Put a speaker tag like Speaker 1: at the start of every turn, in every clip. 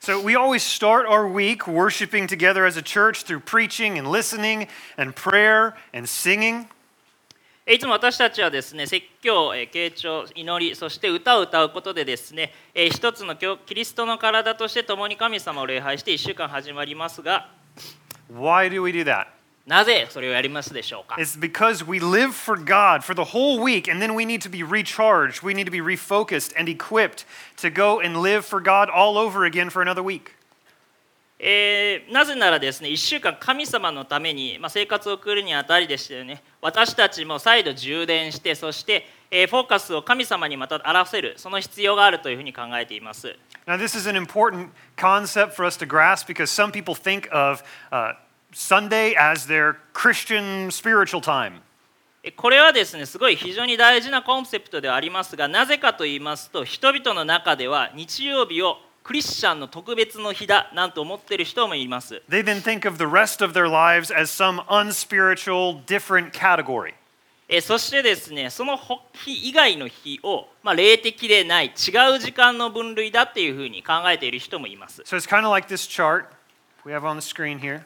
Speaker 1: So, we always start our week worshiping together as a church through preaching and listening and prayer and singing.
Speaker 2: えーいつも私たちはですね説教、えー敬聴、祈り、そして歌を歌うことでですね、えー一つの教キリストの体として共に神様を礼拝して1週間始まりますが、
Speaker 1: Why do we do that?
Speaker 2: なぜそれをやりますでしょうか
Speaker 1: It's because we live for God for the whole week, and then we need to be recharged. We need to be refocused and equipped to go and live for God all over again for another week.
Speaker 2: えーなぜならですね1週間神様のために、まあ、生活を送るにあたりでしてね私たちも再度充電してそして、えーフォーカスを神様にまた表せるその必要があるというふうに考えています
Speaker 1: Now, this is an important concept for us to grasp because some people think of uh, Sunday as their Christian spiritual time.
Speaker 2: えーこれはですねすごい非常に大事なコンセプトではありますがなぜかと言いますと人々の中では日曜日をクリスチャンの特別の日だなんて思ってる人もいます
Speaker 1: They then think of the rest of their lives as some unspiritual, different category.
Speaker 2: えーそしてですねそのほ日以外の日を、まあ、霊的でない違う時間の分類だっていうふうに考えている人もいます、
Speaker 1: So it's kind of like this chart we have on the screen here.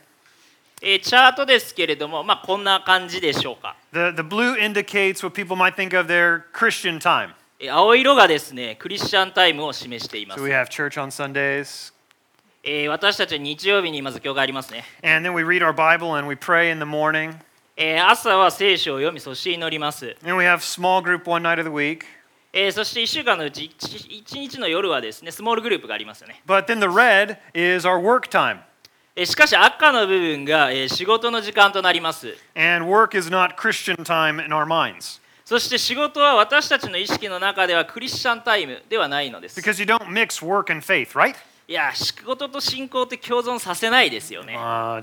Speaker 2: えーチャートですけれども、まあ、こんな感じでしょうか、
Speaker 1: The, the blue indicates what people might think of their Christian time.
Speaker 2: えー青色がですねクリスチャンタイムを示していま
Speaker 1: So
Speaker 2: す、
Speaker 1: we have church on Sundays,
Speaker 2: えー私たちは日曜日にまず教会ありますね、
Speaker 1: and then we read our Bible and we pray in the morning.
Speaker 2: えー朝は聖書を読みそして祈ります、
Speaker 1: And we have small group one night of the week.
Speaker 2: えーそして1週間のうち 1, 日の夜はですねスモールグループがありますよね、
Speaker 1: But then the red is our work time.
Speaker 2: えーしかし赤の部分が、えー仕事の時間となります
Speaker 1: And work is not Christian time in our minds
Speaker 2: そして仕事は私たちの意識の中ではクリスチャンタイムではないのです。
Speaker 1: because you don't mix work and faith, right?
Speaker 2: いや、仕事と信仰って共存させないですよね。
Speaker 1: Ah, uh,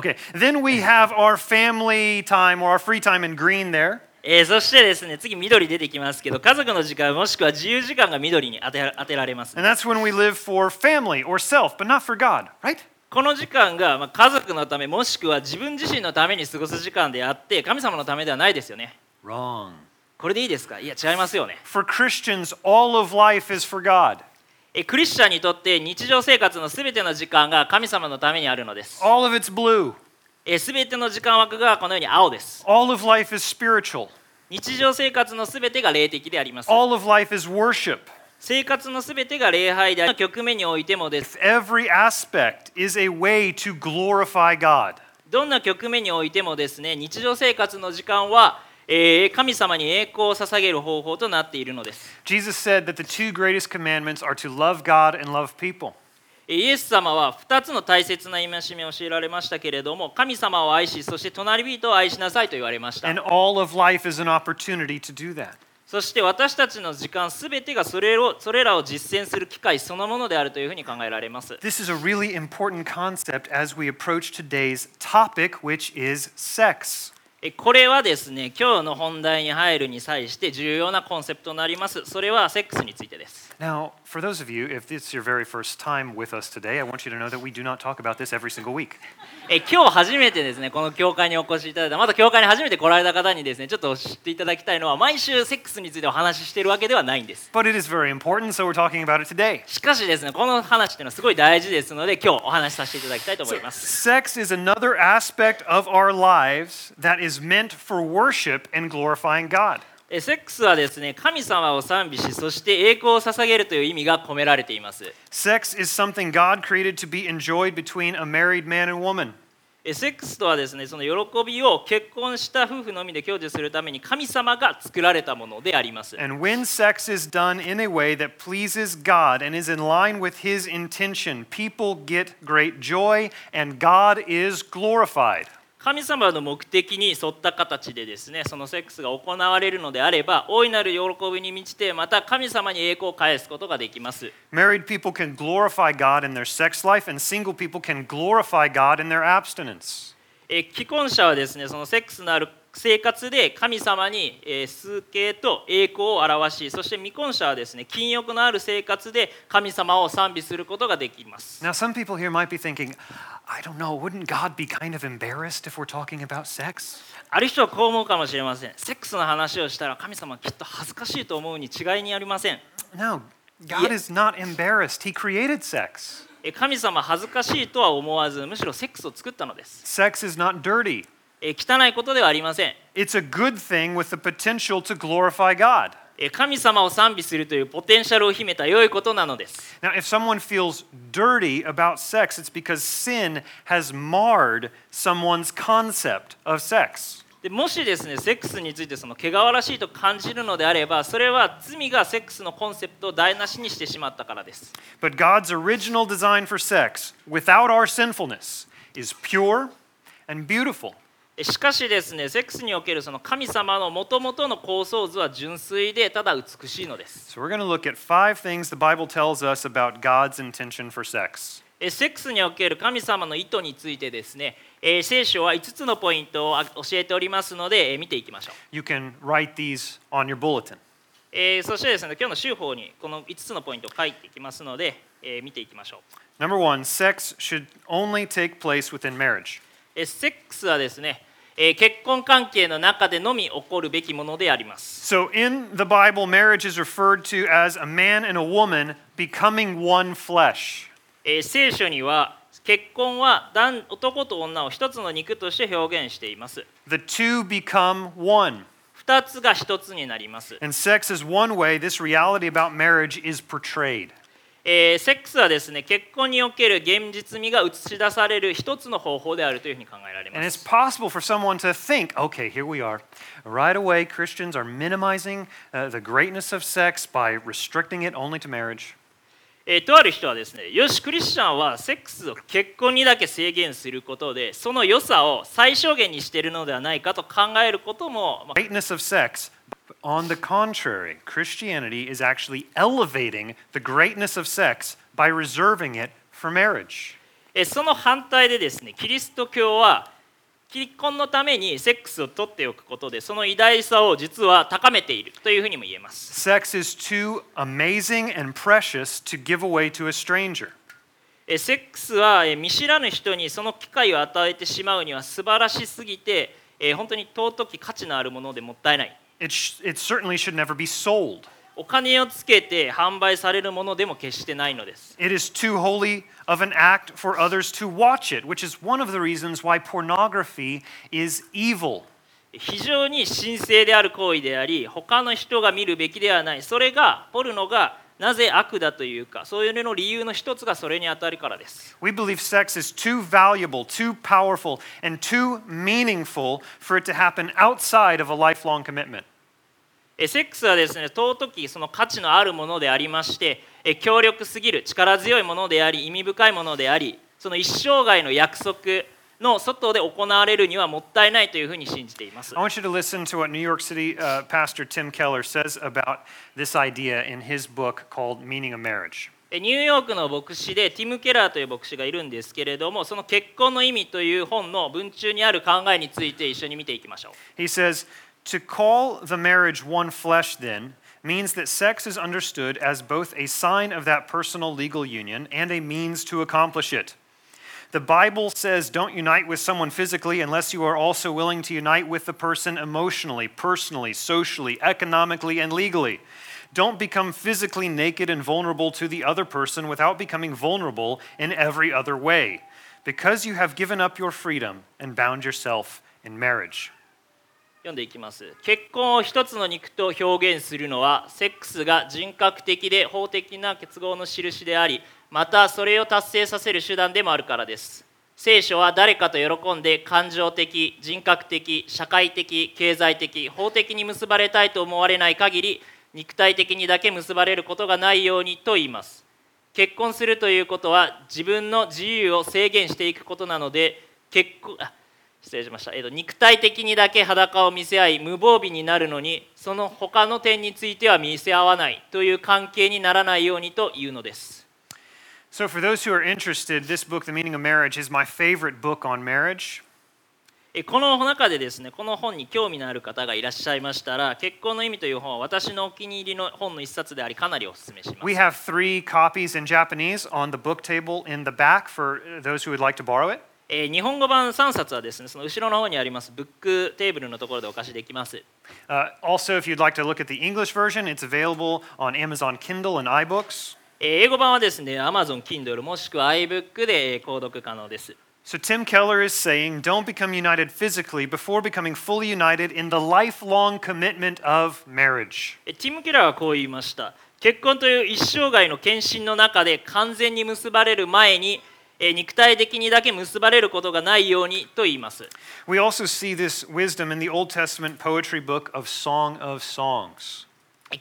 Speaker 1: Okay. Then we have our family time or our free time in green there.
Speaker 2: えーそしてですね、次緑出てきますけど、家族の時間もしくは自由時間が緑に当て当てられます。
Speaker 1: And that's when we live for family or self, but not for God, right?
Speaker 2: この時間が、まあ、家族のためもしくは自分自身のために過ごす時間であって、神様のためではないですよね。
Speaker 1: Wrong.
Speaker 2: これでいいですかいや、違いますよね。
Speaker 1: For Christians, all of life is for God.
Speaker 2: えークリスチャンにとって日常生活のすべての時間が神様のためにあるのです。
Speaker 1: All of it's blue.
Speaker 2: すべての時間枠がこのように青です。
Speaker 1: All of life is spiritual.
Speaker 2: 日常生活のすべてが霊的であります。
Speaker 1: All of life is worship.
Speaker 2: 生活のすべてが礼拝である局面においてもです。
Speaker 1: Every aspect is a way to glorify God.
Speaker 2: どんな局面においてもですね、日常生活の時間は、えー神様に栄光を捧げる方法となっているのです。
Speaker 1: Jesus said that the two greatest commandments are to love God and love people.
Speaker 2: えーイエス様は2つの大切な戒めを教えられましたけれども、神様を愛し、そして隣人を愛しなさいと言われました
Speaker 1: And。all of life is an opportunity to do that.
Speaker 2: そして私たちの時間すべてがそれをそれらを実践する機会そのものであるというふうに考えられます。
Speaker 1: This is a really important concept as we approach today's topic, which is sex.
Speaker 2: えこれはですね今日の本題に入るに際して重要なコンセプトになりますそれはセックスについてです
Speaker 1: Now, for those of you, if this is your very first time with us today, I want you to know that we do not talk about this every single week.
Speaker 2: え今日初めてですねこの教会にお越しいただいたまた教会に初めて来られた方にですねちょっと知っていただきたいのは毎週セックスについてお話ししているわけではないんです
Speaker 1: But it is very important, so we're talking about it today.
Speaker 2: しかしですねこの話っていうのはすごい大事ですので今日お話しさせていただきたいと思います
Speaker 1: Sex is another aspect of our lives that is meant for worship and glorifying God.
Speaker 2: えセックスはですね神様を賛美しそして栄光を捧げるという意味が込められています
Speaker 1: Sex is something God created to be enjoyed between a married man and woman.
Speaker 2: えセックスとはですねその喜びを結婚した夫婦のみで享受するために神様が作られたものであります、
Speaker 1: And when sex is done in a way that pleases God and is in line with his intention, people get great joy and God is glorified.
Speaker 2: 神様の目的に沿った形でですねそのセックスが行われるのであれば大いなる喜びに満ちてまた神様に栄光を返すことができます
Speaker 1: Married people can glorify God in their sex life, and single people can glorify God in their abstinence.
Speaker 2: え既婚者はですねそのセックスのある生活で神様にえー崇敬と栄光を表しそして未婚者はですね禁欲のある生活で神様を賛美することができます
Speaker 1: Now, some people here might be thinking, I don't know, wouldn't God be kind of embarrassed if we're talking about sex?
Speaker 2: ある人はこう思うかもしれません。セックスの話をしたら神様はきっと恥ずかしいと思うに違いにありません。
Speaker 1: No, God
Speaker 2: Yeah.
Speaker 1: is not embarrassed. He created sex.
Speaker 2: えー神様恥ずかしいとは思わずむしろセックスを作ったのです
Speaker 1: Sex is not dirty,
Speaker 2: えー汚いことではありません
Speaker 1: it's a good thing with the potential to glorify God.
Speaker 2: えー神様を賛美するというポテンシャルを秘めた良いことなのです
Speaker 1: Now, if someone feels dirty about sex, it's because sin has marred someone's concept of sex.
Speaker 2: でもしですねセックスについてその汚らしいと感じるのであればそれは罪がセックスのコンセプトを台無しにしてしまったからです
Speaker 1: But God's original design for sex, without our sinfulness, is pure and beautiful.
Speaker 2: えしかしですねセックスにおけるその神様のもともとの構想図は純粋でただ美しいのです
Speaker 1: So, we're going to look at five things the Bible tells us about God's intention for sex.
Speaker 2: えセックスにおける神様の意図についてですね、えー聖書は5つのポイントをあ教えておりますので、えー見ていきましょう、
Speaker 1: You can write these on your bulletin.
Speaker 2: えーそしてですね今日の週報にこの5つのポイントを書いていきますので、えー見ていきましょう、
Speaker 1: Number one, sex should only take place within marriage.
Speaker 2: えーセックスはですね、えー結婚関係の中でのみ起こるべきものであります
Speaker 1: So, in the Bible, marriage is referred to as a man and a woman becoming one flesh.
Speaker 2: えー聖書には結婚は男男と女を一つの肉として表現しています
Speaker 1: The two become one.
Speaker 2: 2つが1つになります、
Speaker 1: And sex is one way this reality about marriage is portrayed.
Speaker 2: えーセックスはですね結婚における現実味が映し出される一つの方法であるというふうに考えられ
Speaker 1: And
Speaker 2: ま
Speaker 1: it's
Speaker 2: す
Speaker 1: possible for someone to think, okay, here we are. Right away, Christians are minimizing uh, the greatness of sex by restricting it only to marriage.
Speaker 2: えーとある人はですねよしクリスチャンはセックスを結婚にだけ制限することでその良さを最小限にしているのではないかと考えることも、まあ
Speaker 1: Greatness of sex. But on the contrary, Christianity is actually elevating the greatness of sex by reserving it for marriage.
Speaker 2: えーその反対でですねキリスト教は結婚のためにセックスを取っておくことでその偉大さを実は高めているというふうにも言えます
Speaker 1: Sex is too amazing and precious to give away to a stranger.
Speaker 2: えーセックスはえー見知らぬ人にその機会を与えてしまうには素晴らしすぎてえー本当に尊き価値のあるものでもったいない
Speaker 1: It, sh- it certainly should never be sold.
Speaker 2: お金をつけて販売されるものでも決してないのです
Speaker 1: It is too holy of an act for others to watch it, which is one of the reasons why pornography is evil.
Speaker 2: 非常に神聖である行為であり他の人が見るべきではないそれがポルノがなぜ悪だというかそういうの理由の一つがそれに当たるからです
Speaker 1: We believe sex is too valuable, too powerful, and too meaningful for it to happen outside of a lifelong commitment.
Speaker 2: えセックスはですね尊きその価値のあるものでありましてえ強力すぎる力強いものであり意味深いものでありその一生涯の約束の外で行われるにはもったいないというふうに信じています
Speaker 1: I want you to listen to what New York City uh, pastor Tim Keller says about this idea in his book called Meaning of Marriage.
Speaker 2: えニューヨークの牧師でティム・ケラーという牧師がいるんですけれどもその結婚の意味という本の文中にある考えについて一緒に見ていきましょう
Speaker 1: He says, To call the marriage one flesh, then, means that sex is understood as both a sign of that personal legal union and a means to accomplish it. The Bible says, Don't unite with someone physically unless you are also willing to unite with the person emotionally, personally, socially, economically, and legally. Don't become physically naked and vulnerable to the other person without becoming vulnerable in every other way, because you have given up your freedom and bound yourself in marriage.
Speaker 2: 読んでいきます結婚を一つの肉と表現するのはセックスが人格的で法的な結合の印でありまたそれを達成させる手段でもあるからです聖書は誰かと喜んで感情的人格的社会的経済的法的に結ばれたいと思われない限り肉体的にだけ結ばれることがないようにと言います結婚するということは自分の自由を制限していくことなので結婚あ失礼しました、えーと肉体的にだけ裸を見せ合い無防備になるのにその他の点については見せ合わないという関係にならないようにというのです
Speaker 1: So, for those who are interested, this book, The Meaning of Marriage, is my favorite book on marriage.
Speaker 2: えーこの中でですねこの本に興味のある方がいらっしゃいましたら「結婚の意味」という本は私のお気に入りの本の一冊でありかなりお勧めしま
Speaker 1: We
Speaker 2: す
Speaker 1: have three copies in Japanese on the book table in the back for uh, those who would like to borrow it.
Speaker 2: えー日本語版3冊はですねその後ろの方にありますブックテーブルのところでお貸しできます
Speaker 1: Uh, also, if you'd like to look at the English version, it's available on Amazon Kindle and iBooks.
Speaker 2: えー英語版はですね Amazon Kindle もしくは iBook でえー購読可能です
Speaker 1: So Tim Keller is saying, don't become united physically before becoming fully united in the lifelong commitment of marriage.
Speaker 2: えティム・ケラーはこう言いました結婚という一生涯の献身の中で完全に結ばれる前にえー肉体的にだけ結ばれることがないようにと言います
Speaker 1: We also see this wisdom in the Old Testament poetry book of Song of Songs.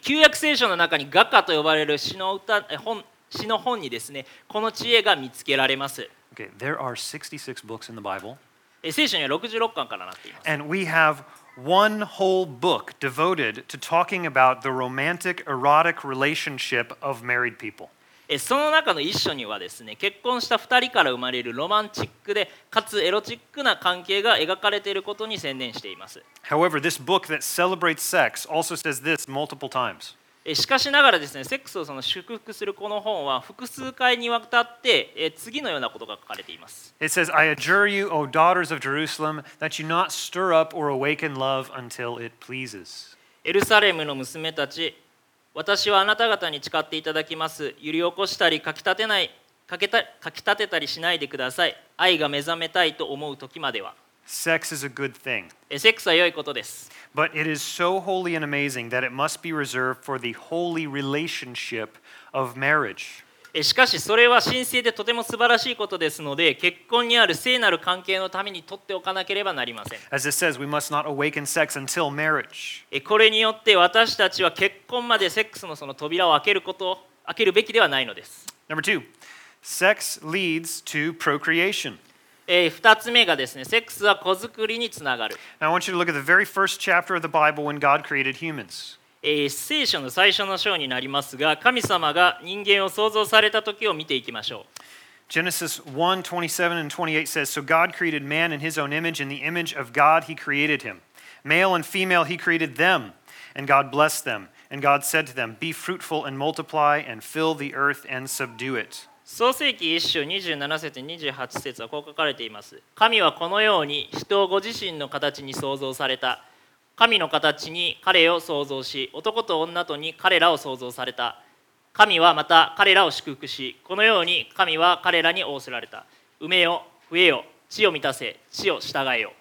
Speaker 2: 旧約聖書の中に画家と呼ばれる詩の歌え本詩の本にですねこの知恵が見つけられます
Speaker 1: Okay, there are 66 books in the Bible,
Speaker 2: え聖書には66巻からなっています
Speaker 1: and we have one whole book devoted to talking about the romantic, erotic relationship of married people.
Speaker 2: えその中の一章にはですね結婚した2人から生まれるロマンチックでかつエロチックな関係が描かれていることに専念しています
Speaker 1: However, this book that celebrates sex also says this multiple times.
Speaker 2: えしかしながらですねセックスをその祝福するこの本は複数回にわたってえ次のようなことが書かれています
Speaker 1: It says, I adjure you, O daughters of Jerusalem, that you not stir up or awaken love until it pleases.
Speaker 2: エルサレムの娘たち私はあなた方に誓っていただきます揺り起こしたりかきたてないかけたかきたてたりしないでください愛が目覚めたいと思う時までは
Speaker 1: Sex is a good thing,
Speaker 2: えセックスは良いことです
Speaker 1: but it is so holy and amazing that it must be reserved for the holy relationship of marriage.
Speaker 2: えしかしそれは神聖でとても素晴らしいことですので結婚にある聖なる関係のために取っておかなければなりません
Speaker 1: As it says, we must not awaken sex until marriage.
Speaker 2: えこれによって私たちは結婚までセックスのその扉を開けること開けるべきではないのです、
Speaker 1: Number two, sex leads to procreation.
Speaker 2: え2つ目がですねセックスは子作りにつながる、
Speaker 1: Now, I want you to look at the very first chapter of the Bible when God created humans.
Speaker 2: えー聖書の最初の章になりますが神様が人間を創造された時を見ていきましょ
Speaker 1: Genesis 1 27 and 28 says, So God created man in his own image. In the image of God, he created him. Male and female, he created them. And God blessed them. And God said to them, Be fruitful and multiply, and fill the earth and subdue it.
Speaker 2: う創世紀1章27節28節はこう書かれています神はこのように人をご自身の形に創造された神の形に彼を創造し男と女とに彼らを創造された神はまた彼らを祝福しこのように神は彼らに仰せられた埋めよ増えよ地を満たせ地を従えよ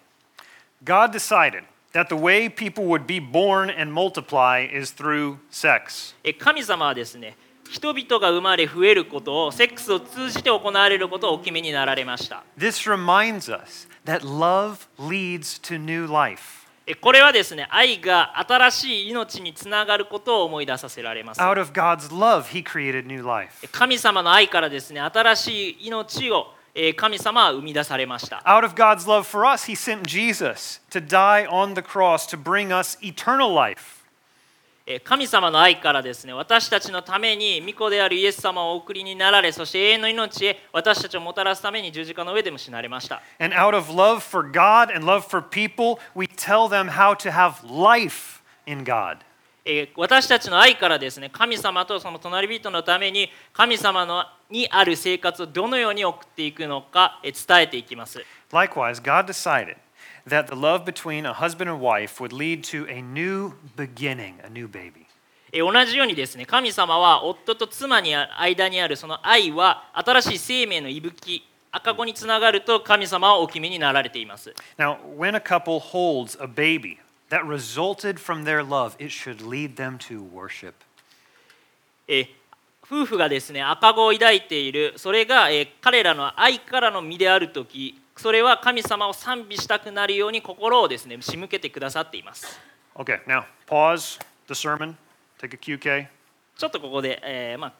Speaker 1: God decided that the way people would be born and multiply is through sex.
Speaker 2: え神様はですね人々が生まれ増えることをセックスを通じて行われることをお決めになられました
Speaker 1: This reminds us that love leads to new life.
Speaker 2: えこれはですね愛が新しい命につながることを思い出させられます
Speaker 1: Out of God's love, he created new life.
Speaker 2: 神様の愛からですね新しい命をえー神様は生み出されました
Speaker 1: Out of God's love for us, He sent Jesus to die on the cross to bring us eternal life.
Speaker 2: えー神様の愛からですね私たちのために御子であるイエス様をお送りになられそして永遠の命へ私たちをもたらすために十字架の上でも死なれました
Speaker 1: And out of love for God and love for people, we tell them how to have life in God.
Speaker 2: えー私たちの愛からですね神様とその隣人のために神様のにある生活をどのように送っていくのかえー伝えていきます
Speaker 1: Likewise, God decided that the love between a husband and wife would lead to a new beginning, a new baby.
Speaker 2: えー同じようにですね神様は夫と妻にあ間にあるその愛は新しい生命の息吹赤子につながると神様はお決めになられています
Speaker 1: Now, when a couple holds a baby that resulted from their love, it should lead them to worship.
Speaker 2: えー夫婦がですね赤子を抱いているそれが、えー彼らの愛からの身である時それは神様を賛美したくなるように心をですね仕向けてくださっています
Speaker 1: Okay, now pause the sermon, take a QK.
Speaker 2: ちょっとここで、えーまあ、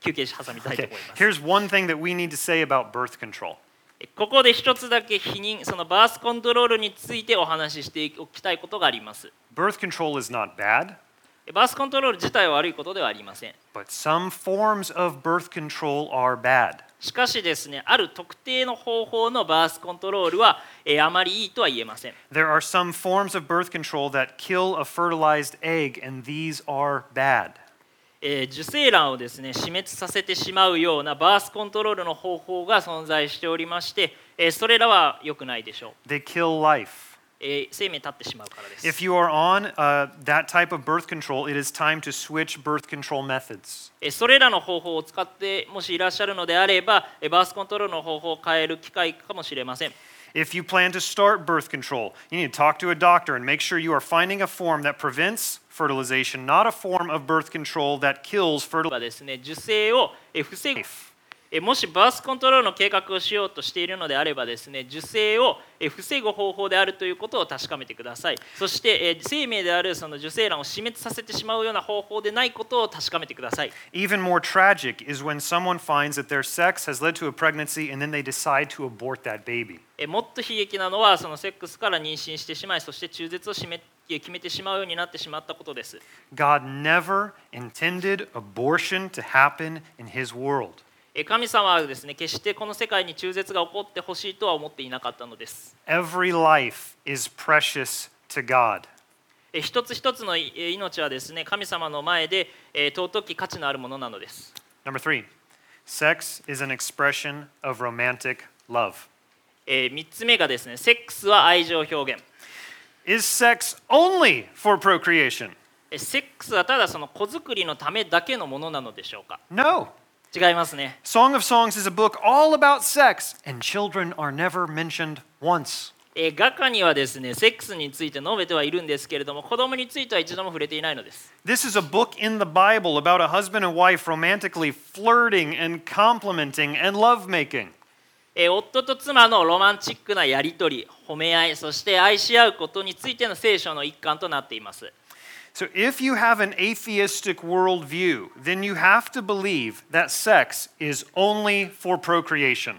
Speaker 2: 休憩し挟みたいと
Speaker 1: Okay,
Speaker 2: 思います。
Speaker 1: here's one thing that we need to say about birth control.
Speaker 2: ここで一つだけ否認、そのバースコントロールについてお話ししておきたいことがあります。
Speaker 1: Birth control is not bad,
Speaker 2: バースコントロール自体は悪いことではありません。
Speaker 1: but some forms of birth control are bad.
Speaker 2: しかしですね、ある特定の方法のバースコントロールは、えーあまりいいとは言えません。
Speaker 1: There are some forms of birth control that kill a fertilized egg, and these are bad.
Speaker 2: えー受精卵をですね死滅させてしまうようなバースコントロールの方法が存在しておりまして、えーそれらは良くないでしょう、
Speaker 1: They kill life.
Speaker 2: ええー生命立ってしまうからです
Speaker 1: If you are on uh, that type of birth control, it is time to switch birth control methods.
Speaker 2: えーそれらの方法を使ってもしいらっしゃるのであればえーバースコントロールの方法を変える機会かもしれません
Speaker 1: If you plan to start birth control, you need to talk to a doctor and make sure you are finding a form that prevents fertilization, not a form of birth control that kills
Speaker 2: は
Speaker 1: fertilization.
Speaker 2: ですね受精をえー防ぐえーもしバースコントロールの計画をしようとしているのであればですね受精をえー防ぐ方法であるということを確かめてくださいそしてえー生命であるその受精卵を死滅させてしまうような方法でないことを確かめてください
Speaker 1: Even more tragic is when someone finds that their sex has led to a pregnancy and then they decide to abort that baby.
Speaker 2: えーもっと悲劇なのはそのセックスから妊娠してしまいそして中絶を締め決めてしまうようになってしまったことです
Speaker 1: God never intended abortion to happen in his world.
Speaker 2: えー神様はですね決してこの世界に中絶が起こってほしいとは思っていなかったのです
Speaker 1: Every life is precious to God.
Speaker 2: えー一つ一つのいえー命はですね神様の前でえー尊き価値のあるものなのです
Speaker 1: Number three, sex is an expression of romantic love.
Speaker 2: えー三つ目がですねセックスは愛情表現
Speaker 1: Is sex only for procreation?
Speaker 2: えーセックスはただその子作りのためだけのものなのでしょうか
Speaker 1: No.
Speaker 2: 違いますね
Speaker 1: Song of Songs is a book all about sex, and children are never mentioned once.
Speaker 2: えー画家にはですねセックスについて述べてはいるんですけれども子供については一度も触れていないのです
Speaker 1: This is a book in the Bible about a husband and wife romantically flirting and complimenting and lovemaking.
Speaker 2: えー夫と妻のロマンチックなやり取り褒め合いそして愛し合うことについての聖書の一環となっています
Speaker 1: So, if you have an atheistic worldview, then you have to believe that sex is only for procreation.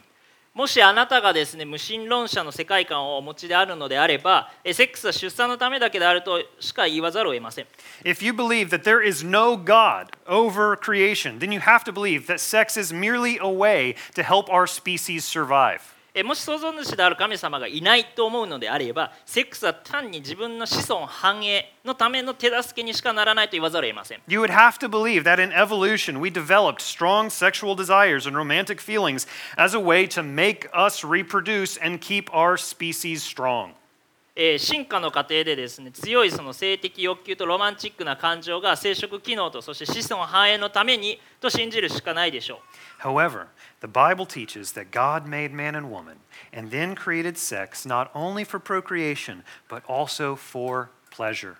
Speaker 2: もしあなたがですね無神論者の世界観をお持ちであるのであればえーセックスは出産のためだけであるとしか言わざるを得ません
Speaker 1: If you believe that there is no God over creation, then you have to believe that sex is merely a way to help our species survive.
Speaker 2: えーもし創造主である神様がいないと思うのであればセックスは単に自分の子孫繁栄のための手助けにしかならないと言わざるを得ません
Speaker 1: You would have to believe that in evolution, we developed strong sexual desires and romantic feelings as a way to make us reproduce and keep our species strong.
Speaker 2: えー進化の過程でですね強いその性的欲求とロマンチックな感情が生殖機能とそして子孫繁栄のためにと信じるしかないでしょう
Speaker 1: However, the Bible teaches that God made man and woman and then created sex not only for procreation, but also for pleasure.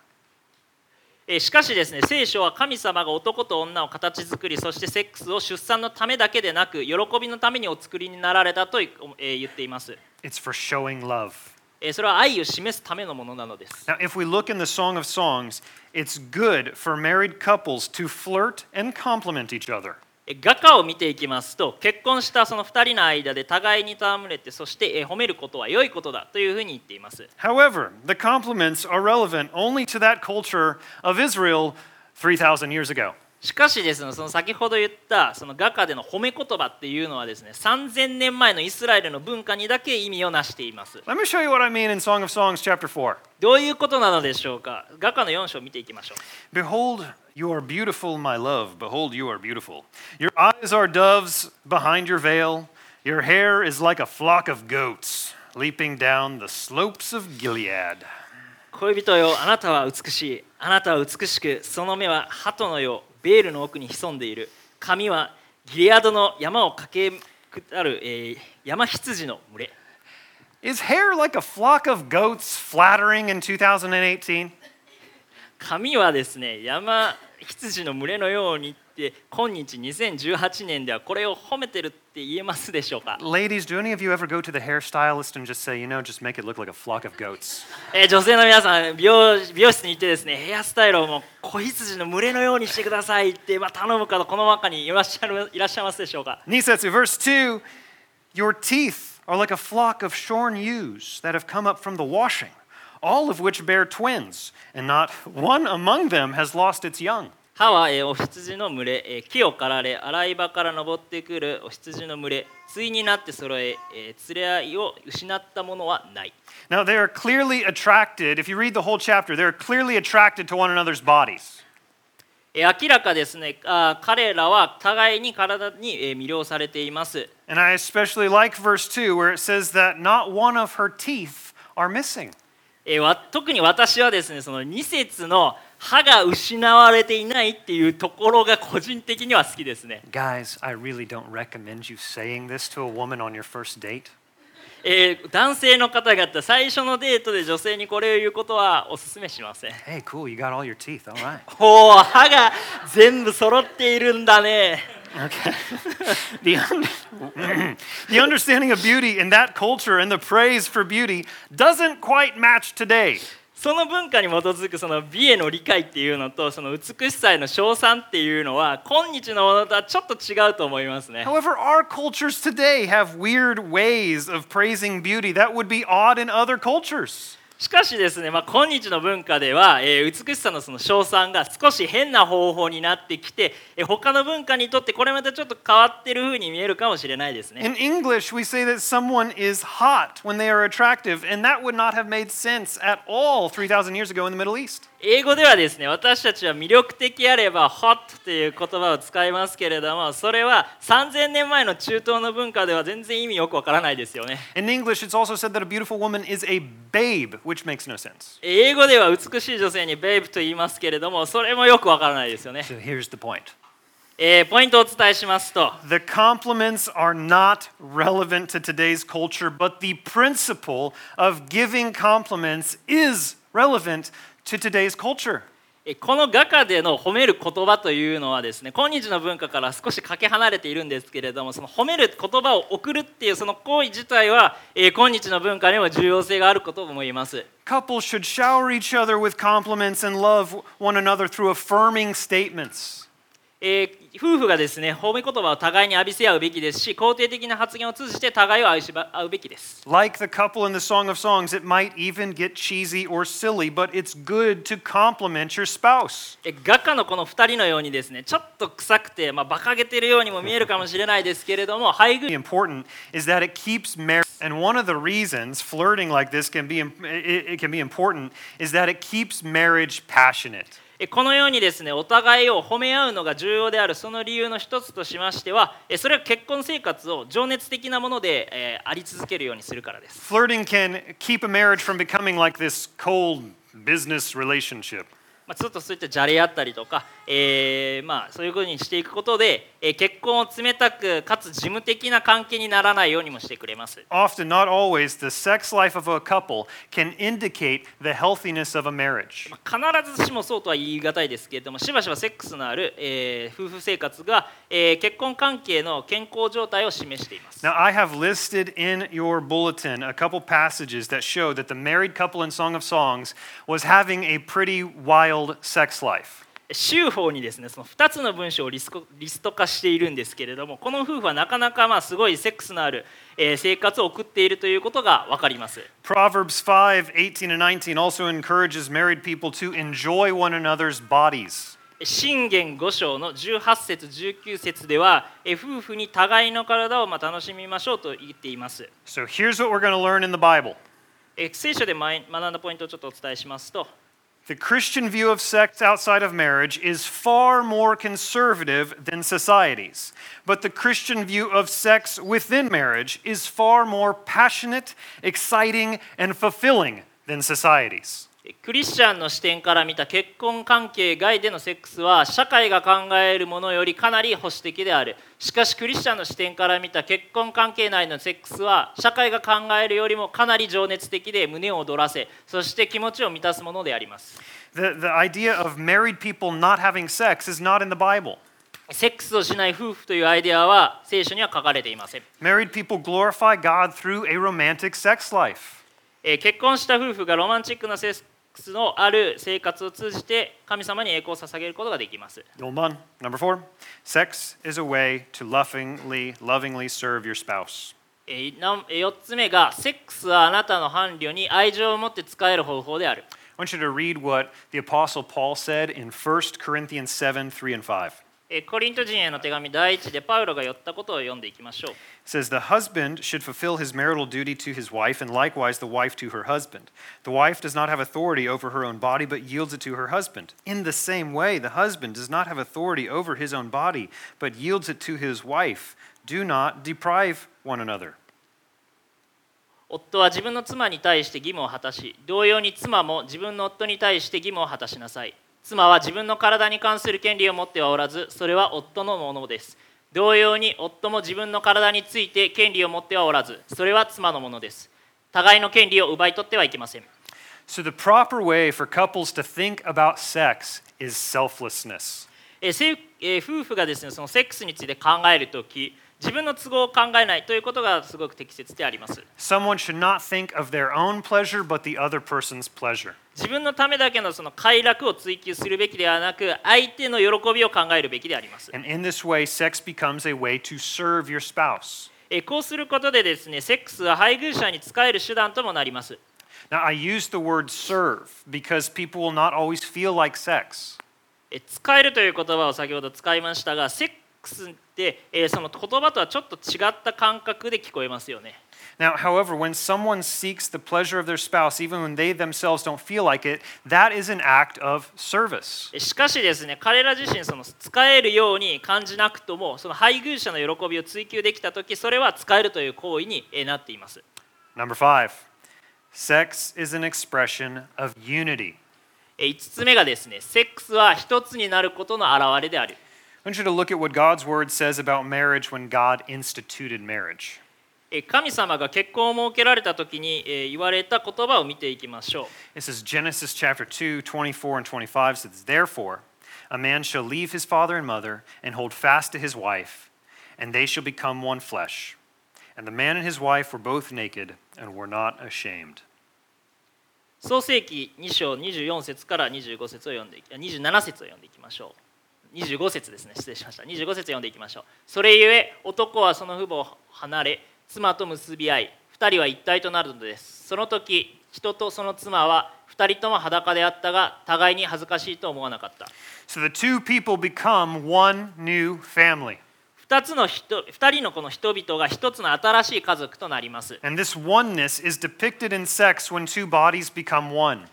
Speaker 2: えーしかしですね聖書は神様が男と女を形作りそしてセックスを出産のためだけでなく喜びのためにお作りになられたとい、えー言っています、
Speaker 1: It's for showing love.
Speaker 2: えーそれは愛を示すためのものなのです
Speaker 1: Now, if we look in the Song of Songs, it's good for married couples to flirt and compliment each other.
Speaker 2: えー画家を見ていきますと結婚したその2人の間で互いに戯れてそしてえー褒めることは良いことだというふうに言っています
Speaker 1: However, the compliments are relevant only to that culture of Israel 3,000 years ago.
Speaker 2: しかしですね、その先ほど言ったその画家での褒め言葉っていうのはですね、3000年前のイスラエルの文化にだけ意味をなしています。
Speaker 1: Let me show you what I mean in Song of Songs, chapter 4.
Speaker 2: どういうことなのでしょうか画家の4章を見ていきましょう。
Speaker 1: Behold, you are beautiful, my love. Behold, you are beautiful. Your eyes are doves behind your veil. Your hair is like a flock of goats leaping down the slopes of Gilead.
Speaker 2: 恋人よ、あなたは美しい。あなたは美しく、その目は鳩のよう、ベールの奥に潜んでいる。髪はギリアドの山を駆け下る、えー山羊の群れ。
Speaker 1: Is hair like a flock of goats flattering in 2018?
Speaker 2: 髪はですね山羊の群れのようにって今日2018年ではこれを褒めてるって言えますでしょうか、
Speaker 1: Ladies, do any of you ever go to the hairstylist and just say, you know, just make it look like a flock of goats?
Speaker 2: えー女性の皆さん美容美容室に行ってですねヘアスタイルをもう子羊の群れのようにしてくださいって、まあ、頼む方この中にいらっしゃるいらっしゃいますでしょうか、
Speaker 1: Nisetsu, verse 2 Your teeth are like a flock of shorn ewes that have come up from the washing, all of which bear twins, and not one among them has lost its young.
Speaker 2: 歯は、えーお羊の群れ、えー木を刈られ洗い場から登ってくるお羊の群れ対になって揃ええー連れ合いを失ったものはない。
Speaker 1: Now, they are clearly attracted, if you read the whole chapter, they're clearly attracted to one another's bodies.
Speaker 2: えー明らかですねあー彼らは互いに体にえー魅了されています、
Speaker 1: And I especially like verse 2 where it says that not one of her teeth are missing.
Speaker 2: えーわ特に私はですねその2節の歯が失われていないっていうところが個人的には好きですね、
Speaker 1: Guys, I really don't recommend you saying this to a woman on your first date.
Speaker 2: えー男性の方々最初のデートで女性にこれを言うことはお勧めしません
Speaker 1: Hey, cool, you got all your teeth. All right.
Speaker 2: おお歯が全部揃っているんだね
Speaker 1: Okay. the, un- the understanding of beauty in that culture and the praise for beauty doesn't quite match today.
Speaker 2: その文化に基づくその美への理解っていうのとその美しさへの称賛っていうのは今日のものとはちょっと違うと思いますね
Speaker 1: However, our cultures today have weird ways of praising beauty that would be odd in other cultures.
Speaker 2: しかしですね、まあ、今日の文化では、えー美しさのその称賛が少し変な方法になってきて、えー他の文化にとってこれまたちょっと変わってる風に見えるかもしれないですね。
Speaker 1: In English, we say that someone is hot when they are attractive, and that would not have made sense at all 3,000 years ago in the Middle East.
Speaker 2: 英語ではですね私たちは魅力的であれば「hot」という言葉を使いますけれどもそれは3000年前の中東の文化では全然意味よくわからないですよね
Speaker 1: In English, it's also said that a beautiful woman is a babe, which makes no sense.
Speaker 2: 英語では美しい女性に「ベイブ」と言いますけれどもそれもよくわからないですよね、
Speaker 1: So here's the point
Speaker 2: えーポイントをお伝えしますと
Speaker 1: the compliments are not relevant to today's culture, but the principle of giving compliments is relevant to today's culture.
Speaker 2: えこの画家での褒める言葉というのはですね今日の文化から少しかけ離れているんですけれどもその褒める言葉を送るっていうその行為自体は、えー今日の文化にも重要性があることを思います、
Speaker 1: Couples should shower each other with compliments and love one another through affirming statements.
Speaker 2: えー夫婦がですね褒め言葉を互いに浴びせ合うべきですし肯定的な発言を通じて互いを愛しば合うべきです
Speaker 1: Like the couple in the Song of Songs, it might even get cheesy or silly, but it's good to compliment your spouse.
Speaker 2: え画家のこの2人のようにですねちょっと臭くて、まあ、馬鹿げてるようにも見えるかもしれないですけれども配偶
Speaker 1: Important is that it keeps marriage, and one of the reasons flirting like this can be im- it, it can be important is that it keeps marriage passionate.
Speaker 2: えこのようにですねお互いを褒め合うのが重要であるその理由の一つとしましてはえそれは結婚生活を情熱的なもので、えーあり続けるようにするからです
Speaker 1: Flirting can keep a marriage from becoming like this cold business relationship.
Speaker 2: まあ、ちょっとそういったじゃれ合ったりとか、えーまあ、そういうふうにしていくことで、えー結婚を冷たくかつ事務的な関係にならないようにもしてくれます
Speaker 1: Often, not always, the sex life of a couple can indicate the healthiness of a marriage.
Speaker 2: 必ずしもそうとは言い難いですけれどもしばしばセックスのある、えー夫婦生活が、えー結婚関係の健康状態を示しています
Speaker 1: Now, I have listed in your bulletin a couple passages that show that the married couple in Song of Songs was having a pretty wild sex life.
Speaker 2: 州法にですねその2つの文章をリスコリスト化しているんですけれどもこの夫婦はなかなかまあすごいセックスのある、えー生活を送っているということが分かります
Speaker 1: Proverbs 5 18 and 19 also encourages married people to enjoy one another's bodies.
Speaker 2: 信玄5章の18節19節では、えー夫婦に互いの体をまあ楽しみましょうと言っています
Speaker 1: So, here's what we're going to learn in the Bible
Speaker 2: えー聖書で学んだポイントをちょっとお伝えしますと
Speaker 1: the Christian view of sex outside of marriage is far more conservative than society's, but the Christian view of sex within marriage is far more passionate, exciting, and fulfilling than society's.
Speaker 2: クリスチャンの視点から見た結婚関係外でのセックスは社会が考えるものよりかなり保守的であるしかしクリスチャンの視点から見た結婚関係内のセックスは社会が考えるよりもかなり情熱的で胸を躍らせそして気持ちを満たすものであります
Speaker 1: The, the idea of married people not having sex is not in the Bible.
Speaker 2: セックスをしない夫婦というアイデアは聖書には書かれていません
Speaker 1: Married people glorify God through a romantic sex life.
Speaker 2: えー結婚した夫婦がロマンチックなセックスのある生活を通じて神様に栄光を捧げることができます
Speaker 1: Yolman, number four, sex is a way to lovingly, lovingly serve your spouse.
Speaker 2: 4つ目がセックスはあなたの伴侶に愛情を持って使える方法である
Speaker 1: I want you to read what the Apostle Paul said in 1 Corinthians 7 3 and 5.
Speaker 2: えーコリント人への手紙第1でパウロが言ったことを読んでいきましょう
Speaker 1: It says, The husband should fulfill his marital duty to his wife, and likewise the wife to her husband. The wife does not have authority over her own body, but yields it to her husband. In the same way, the husband does not have authority over his own body, but yields it to his wife. Do not deprive one another.
Speaker 2: 夫は自分の妻に対して義務を果たし同様に妻も自分の夫に対して義務を果たしなさい妻は自分の体に関する権利を持ってはおらずそれは夫のものです同様に夫も自分の体について権利を持ってはおらずそれは妻のものです互いの権利を奪い取ってはいけません
Speaker 1: So, the proper way for couples to think about sex is selflessness.
Speaker 2: えーせいえー夫婦がですねそのセックスについて考えるとき自分の都合を考えないということがすごく適切であります
Speaker 1: Someone should not think of their own pleasure, but the other person's pleasure.
Speaker 2: 自分のためだけのその快楽を追求するべきではなく相手の喜びを考えるべきであります
Speaker 1: And in this way, sex becomes a way to serve your spouse.
Speaker 2: えーこうすることでですねセックスは配偶者に使える手段ともなります
Speaker 1: Now, I use the word serve because people will not always feel like sex.
Speaker 2: えー使えるという言葉を先ほど使いましたがセックスって、えーその言葉とはちょっと違った感覚で聞こえますよね
Speaker 1: Now, however, when someone seeks the pleasure of their spouse, even when they themselves don't feel like it, that is an act of service.
Speaker 2: えーしかしですね彼ら自身その使えるように感じなくともその配偶者の喜びを追求できた時それは使えるという行為にえーなっています
Speaker 1: Number five, sex is an expression of unity.
Speaker 2: 5つ目がですねセックスは一つになることの表れである
Speaker 1: I want you to look at what God's word says about marriage when God instituted marriage.
Speaker 2: えー神様が結婚を設けられた時にえー言われた言葉を見ていきましょう
Speaker 1: This is Genesis chapter 2, 24 and 25 says, Therefore, a man shall leave his father and mother and hold fast to his wife, and they shall become one flesh. And the man and his wife were both naked and were not ashamed.
Speaker 2: 創世記2章24節から25節を読んでいきあ27節を読んでいきましょう25節ですね失礼しました25節読んでいきましょうそれゆえ男はその父母を離れ妻と結び合い2人は一体となるのですその時人とその妻は2人とも裸であったが互いに恥ずかしいと思わなかった
Speaker 1: So the two people become one new family.
Speaker 2: 2, つの人2人のこの人々が1つの新しい家族となります
Speaker 1: And this oneness is depicted in sex when two bodies become one.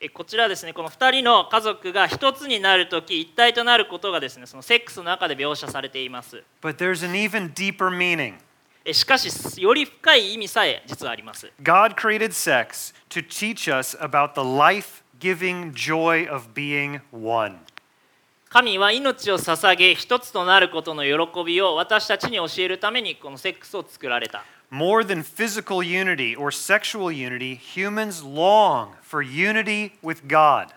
Speaker 2: えこちらですねこの2人の家族が1つになる時一体となることがですねそのセックスの中で描写されています
Speaker 1: But there's an even deeper meaning.
Speaker 2: えしかしより深い意味さえ実はあります
Speaker 1: God created sex to teach us about the life giving joy of being one.
Speaker 2: 神は命を捧げ一つとなることの喜びを私たちに教えるためにこのセックスを作られた
Speaker 1: More than physical unity or sexual unity, humans long for unity with God.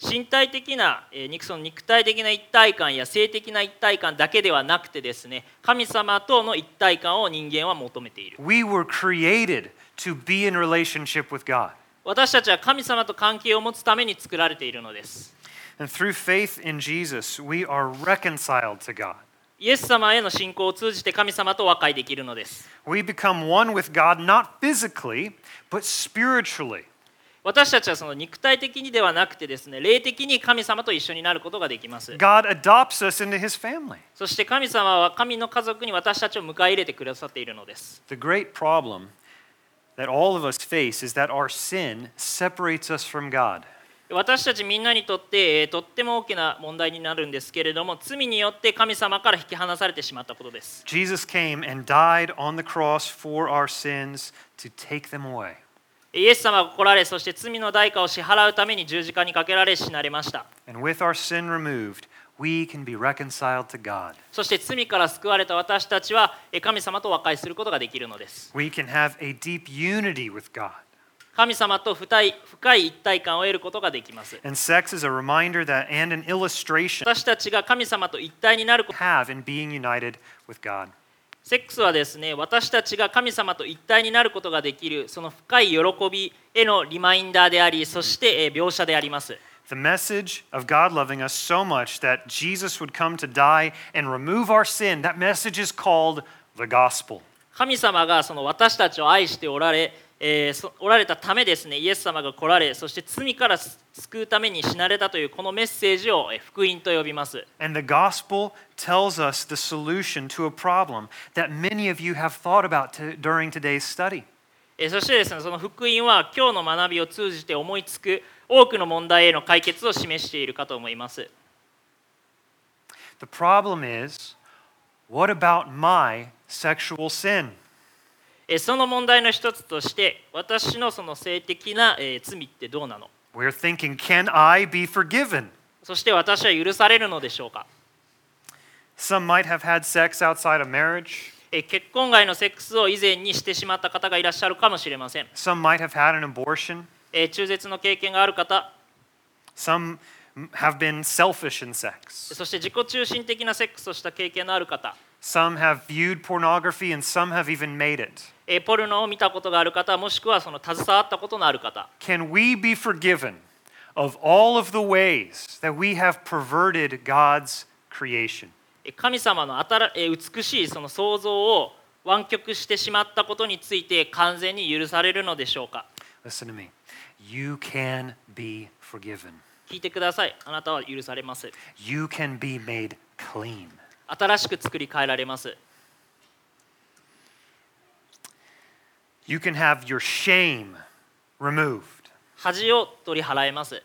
Speaker 2: 身体的なえー肉その肉体的な一体感や性的な一体感だけではなくてですね神様との一体感を人間は求めている
Speaker 1: We were created to be in relationship with God.
Speaker 2: 私たちは神様と関係を持つために作られているのです
Speaker 1: And through faith in Jesus, we are reconciled to God.
Speaker 2: イエス様への信仰を通じて神様と和解できるのです
Speaker 1: We become one with God, not physically, but spiritually.
Speaker 2: 私たちはその肉体的にではなくてですね霊的に神様と一緒になることができます
Speaker 1: God adopts us into his family.
Speaker 2: そして神様は神の家族に私たちを迎え入れてくださっているのです。
Speaker 1: The great problem that all of us face is that our sin separates us from God.
Speaker 2: 私たちみんなにとって、えーとっても大きな問題になるんですけれども罪によって神様から引き離されてしまったことです。
Speaker 1: Jesus came and died on the cross for our sins to take them away.
Speaker 2: イエス様が来られそして罪の代価を支払うために十字架にかけられ死なれました。
Speaker 1: And with our sin removed, we can be reconciled to God.
Speaker 2: そして罪から救われた私たちはえー神様と和解することができるのです。
Speaker 1: We can have a deep unity with God.
Speaker 2: 神様と深い深い一体感を得ることができます。
Speaker 1: And sex is a reminder that and an illustration
Speaker 2: 私たちが神様と一体になること
Speaker 1: we have in being united with God.
Speaker 2: セックスはですね私たちが神様と一体になることができるその深い喜びへのリマインダーでありそしてえー描写であります
Speaker 1: The message of God loving us so much that Jesus would come to die and remove our sin, that message is called the gospel.
Speaker 2: 神様がその私たちを愛しておられ、えーそおられたためですねイエス様が来られそして罪からす救うために死なれたというこのメッセージをえー福音と呼びます
Speaker 1: And the gospel tells us the solution to a problem that many of you have thought about to, during today's study.
Speaker 2: えーそしてですねその福音は今日の学びを通じて思いつく多くの問題への解決を示しているかと思います
Speaker 1: The problem is what about my sexual sin?
Speaker 2: えーその問題の一つとして私のその性的な、えー罪ってどうなの
Speaker 1: We're thinking, can I be forgiven?
Speaker 2: そして私は許されるのでしょうか
Speaker 1: Some might have had sex outside of marriage.
Speaker 2: えー結婚外のセックスを以前にしてしまった方がいらっしゃるかもしれません、
Speaker 1: Some might have had an abortion.
Speaker 2: えー中絶の経験がある方
Speaker 1: Some m- have been selfish in sex.
Speaker 2: そして自己中心的なセックスをした経験のある方
Speaker 1: Some have viewed pornography and some have even made it.
Speaker 2: えーポルノを見たことがある方もしくはその携わったことのある方
Speaker 1: Can we be forgiven of all of the ways that we have perverted God's creation?
Speaker 2: えー神様の新えー美しいその創造を湾曲してしまったことについて完全に許されるのでしょうか
Speaker 1: Listen to me. You can be forgiven.
Speaker 2: 聞いてくださいあなたは許されます
Speaker 1: You can be made clean.
Speaker 2: 新しく作り変えられます
Speaker 1: You can have your shame removed.
Speaker 2: 恥を取り払えます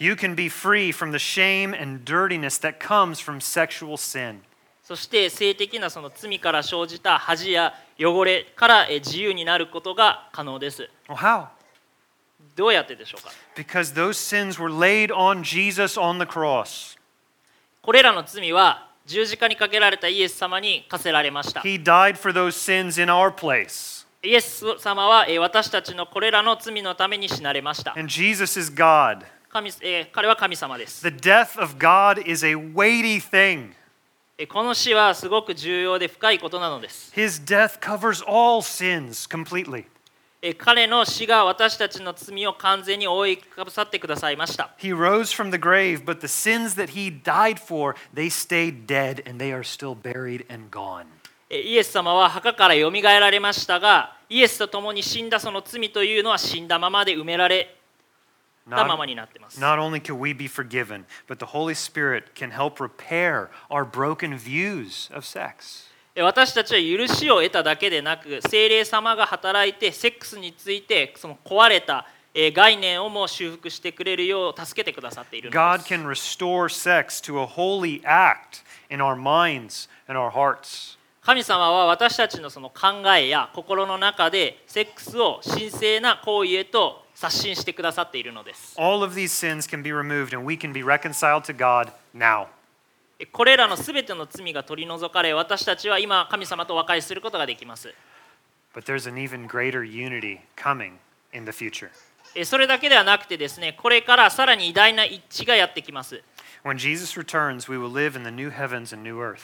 Speaker 1: You can be free from the shame and dirtiness that comes from sexual sin.
Speaker 2: そして性的なその罪から生じた恥や汚れからえー自由になることが可能です
Speaker 1: Well, how?
Speaker 2: どうやってでしょうか
Speaker 1: Because those sins were laid on Jesus on the cross.
Speaker 2: これらの罪は十字架にかけられたイエス様に課せられました
Speaker 1: He died for those sins in our place.
Speaker 2: イエス様はえー私たちのこれらの罪のために死なれました。
Speaker 1: And Jesus is God.
Speaker 2: 神えー彼は神様です。
Speaker 1: The death of God is a weighty thing.
Speaker 2: えーこの死はすごく重要で深いことなのです。
Speaker 1: His death covers all sins completely.
Speaker 2: えー彼の死が私たちの罪を完全に覆いかぶさってくださいました。
Speaker 1: He rose from the grave, but the sins that he died for, they stayed dead and they are still buried and gone.
Speaker 2: えーイエス様は墓からよみがえられましたが、イエスと共に死んだその罪というのは死んだままで埋められたま
Speaker 1: Not,
Speaker 2: まになっています。
Speaker 1: not only can we be forgiven, but the Holy Spirit can help repair our broken views of sex.
Speaker 2: えー私たちは許しを得ただけでなく、聖霊様が働いてセックスについてその壊れたえー概念をも修復してくれるよう助けてくださっているのです。
Speaker 1: God can restore sex to a holy act in our minds and our hearts.
Speaker 2: 神様は私たちのその考えや心の中でセックスを神聖な行為へと刷新してくださっているのです
Speaker 1: All of these sins can be removed and we can be reconciled to God now.
Speaker 2: これらの全ての罪が取り除かれ私たちは今神様と和解することができます
Speaker 1: But there's an even greater unity coming in the future.
Speaker 2: えそれだけではなくてですねこれからさらに偉大な一致がやってきます
Speaker 1: When Jesus returns, we will live in the new heavens and new earth.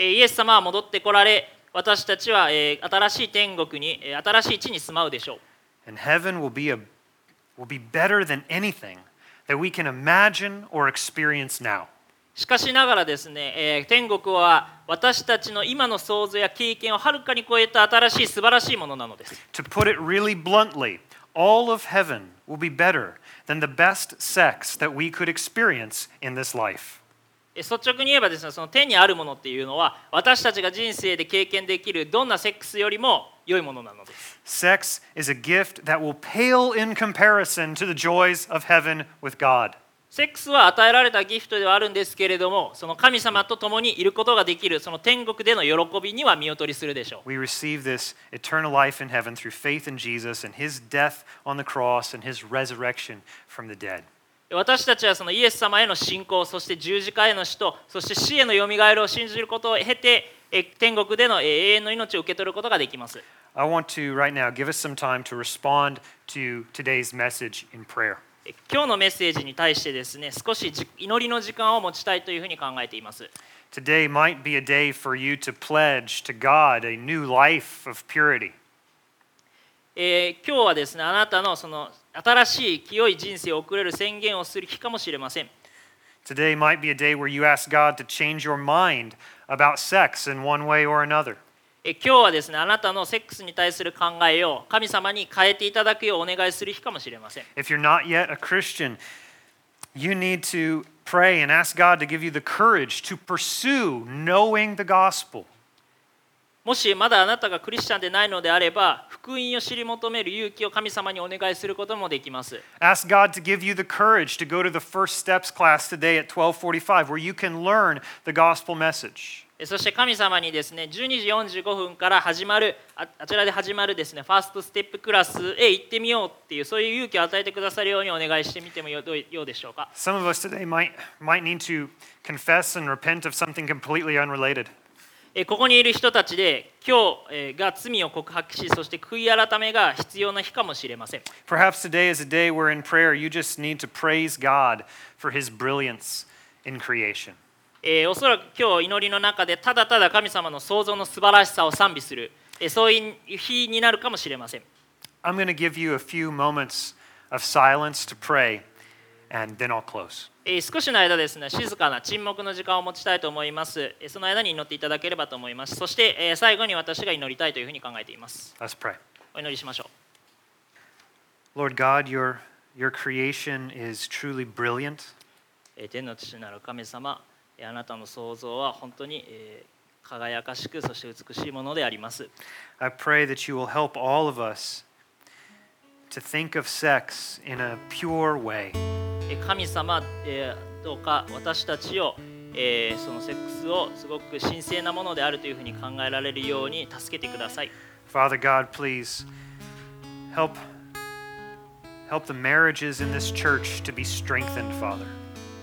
Speaker 2: えイエス様は戻ってこられ私たちはえー新しい天国にえー新しい地に住まうでしょう
Speaker 1: And heaven will be, a, will be better than anything that we can imagine or experience now.
Speaker 2: しかしながらですね、えー天国は私たちの今の想像や経験をはるかに超えた新しい素晴らしいものなのです
Speaker 1: To put it really bluntly, all of heaven will be better than the best sex that we could experience in this life.
Speaker 2: え率直に言えばですねその天にあるものっていうのは私たちが人生で経験できるどんなセックスよりも良いものなのです
Speaker 1: Sex is a gift that will pale in comparison to the joys of heaven with God.
Speaker 2: セックスは与えられたギフトではあるんですけれどもその神様と共にいることができるその天国での喜びには見劣りするでしょう
Speaker 1: We receive this eternal life in heaven through faith in Jesus and his death on the cross and his resurrection from the dead.
Speaker 2: え私たちはそのイエス様への信仰そして十字架への死とそして死へのよみがえりを信じることを経てえ天国でのえ永遠の命を受け取ることができます
Speaker 1: I want to, right now, give us some time to respond to today's message in prayer.
Speaker 2: え今日のメッセージに対してですね少しじ祈りの時間を持ちたいというふうに考えています
Speaker 1: Today might be a day for you to pledge to God a new life of purity.
Speaker 2: えー今日はですねあなたのその新しい清い人生を送れる宣言をする日かもしれません
Speaker 1: Today might be a day where you ask God to change your mind about sex in one way or another.
Speaker 2: えー今日はですねあなたのセックスに対する考えを神様に変えていただくようお願いする日かもしれません
Speaker 1: If you're not yet a Christian, you need to pray and ask God to give you the courage to pursue knowing the gospel.
Speaker 2: もしまだあなたがクリスチャンでないのであれば福音を知り求める勇気を神様にお願いすることもできます
Speaker 1: Ask God to give you the courage to go to the First Steps class today at 12:45 where you can learn the gospel message.
Speaker 2: えそして神様にですね12時45分から始まるああちらで始まるですねファーストステップクラスへ行ってみようっていうそういう勇気を与えてくださるようにお願いしてみてもよどうようでしょうか
Speaker 1: Some of us today might, might need to confess and repent of something completely unrelated.
Speaker 2: えーここにいる人たちで今日えーが罪を告白しそして悔い改めが必要な日かもしれません
Speaker 1: Perhaps today is a day where in prayer you just need to praise God for his brilliance in creation.
Speaker 2: えーおそらく今日祈りの中でただただ神様の創造の素晴らしさを賛美する、えーそういう日になるかもしれません
Speaker 1: I'm going to give you a few moments of silence to pray, and then I'll close.
Speaker 2: えー少しの間ですね静かな沈黙の時間を持ちたいと思いますえーその間に祈っていただければと思いますそしてえー最後に私が祈りたいというふうに考えています
Speaker 1: Let's pray.
Speaker 2: お祈りしましょう
Speaker 1: Lord God, your, your creation is truly brilliant.
Speaker 2: えー天の父なる神様えーあなたの創造は本当にえー輝かしくそして美しいものであります
Speaker 1: I pray that you will help all of us to think of sex in a pure way.
Speaker 2: えー神様えーどうか私たちをえーそのセックスをすごく神聖なものであるというふうに考えられるように助けてください
Speaker 1: Father God, please help help the marriages in this church to be strengthened, Father.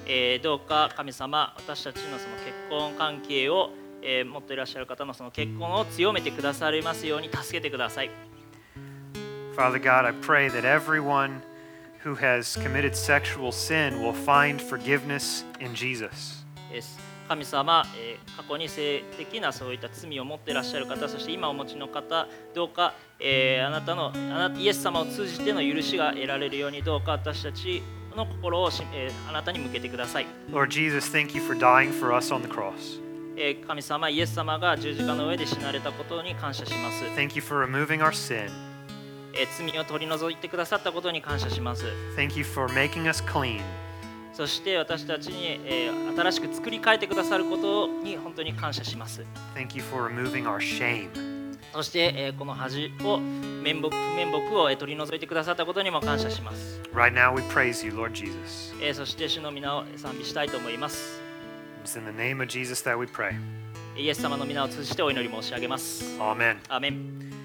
Speaker 2: えーどうか神様私たちのその結婚関係を、えー持っていらっしゃる方のその結婚を強めてくださりますように助けてください、
Speaker 1: Father God, I pray that everyone who has committed sexual sin will find forgiveness in Jesus.
Speaker 2: えー神様、えー過去に性的なそういった罪を持っていらっしゃる方そして今お持ちの方どうか、えーあなたのあなイエス様を通じての許しが得られるようにどうか私たちの心をし、えーあなたに向けてください、
Speaker 1: Lord Jesus, thank you for dying for us on the cross.
Speaker 2: えー神様イエス様が十字架の上で死なれたことに感謝します、
Speaker 1: Thank you for removing our sin.
Speaker 2: えー罪を取り除いてくださったことに感謝します
Speaker 1: Thank you for making us clean.
Speaker 2: そして私たちに、えー新しく作り変えてくださることに本当に感謝します。
Speaker 1: Thank you for removing our shame.
Speaker 2: そして、えーこの恥を面目不面目を、えー取り除いてくださったことにも感謝します。
Speaker 1: Right now we praise you, Lord Jesus.
Speaker 2: えーそして主の皆を賛美したいと思います。
Speaker 1: It's in the name of Jesus that we pray.
Speaker 2: イエス様の皆を通じてお祈り申し上げます。
Speaker 1: Amen.
Speaker 2: アーメン。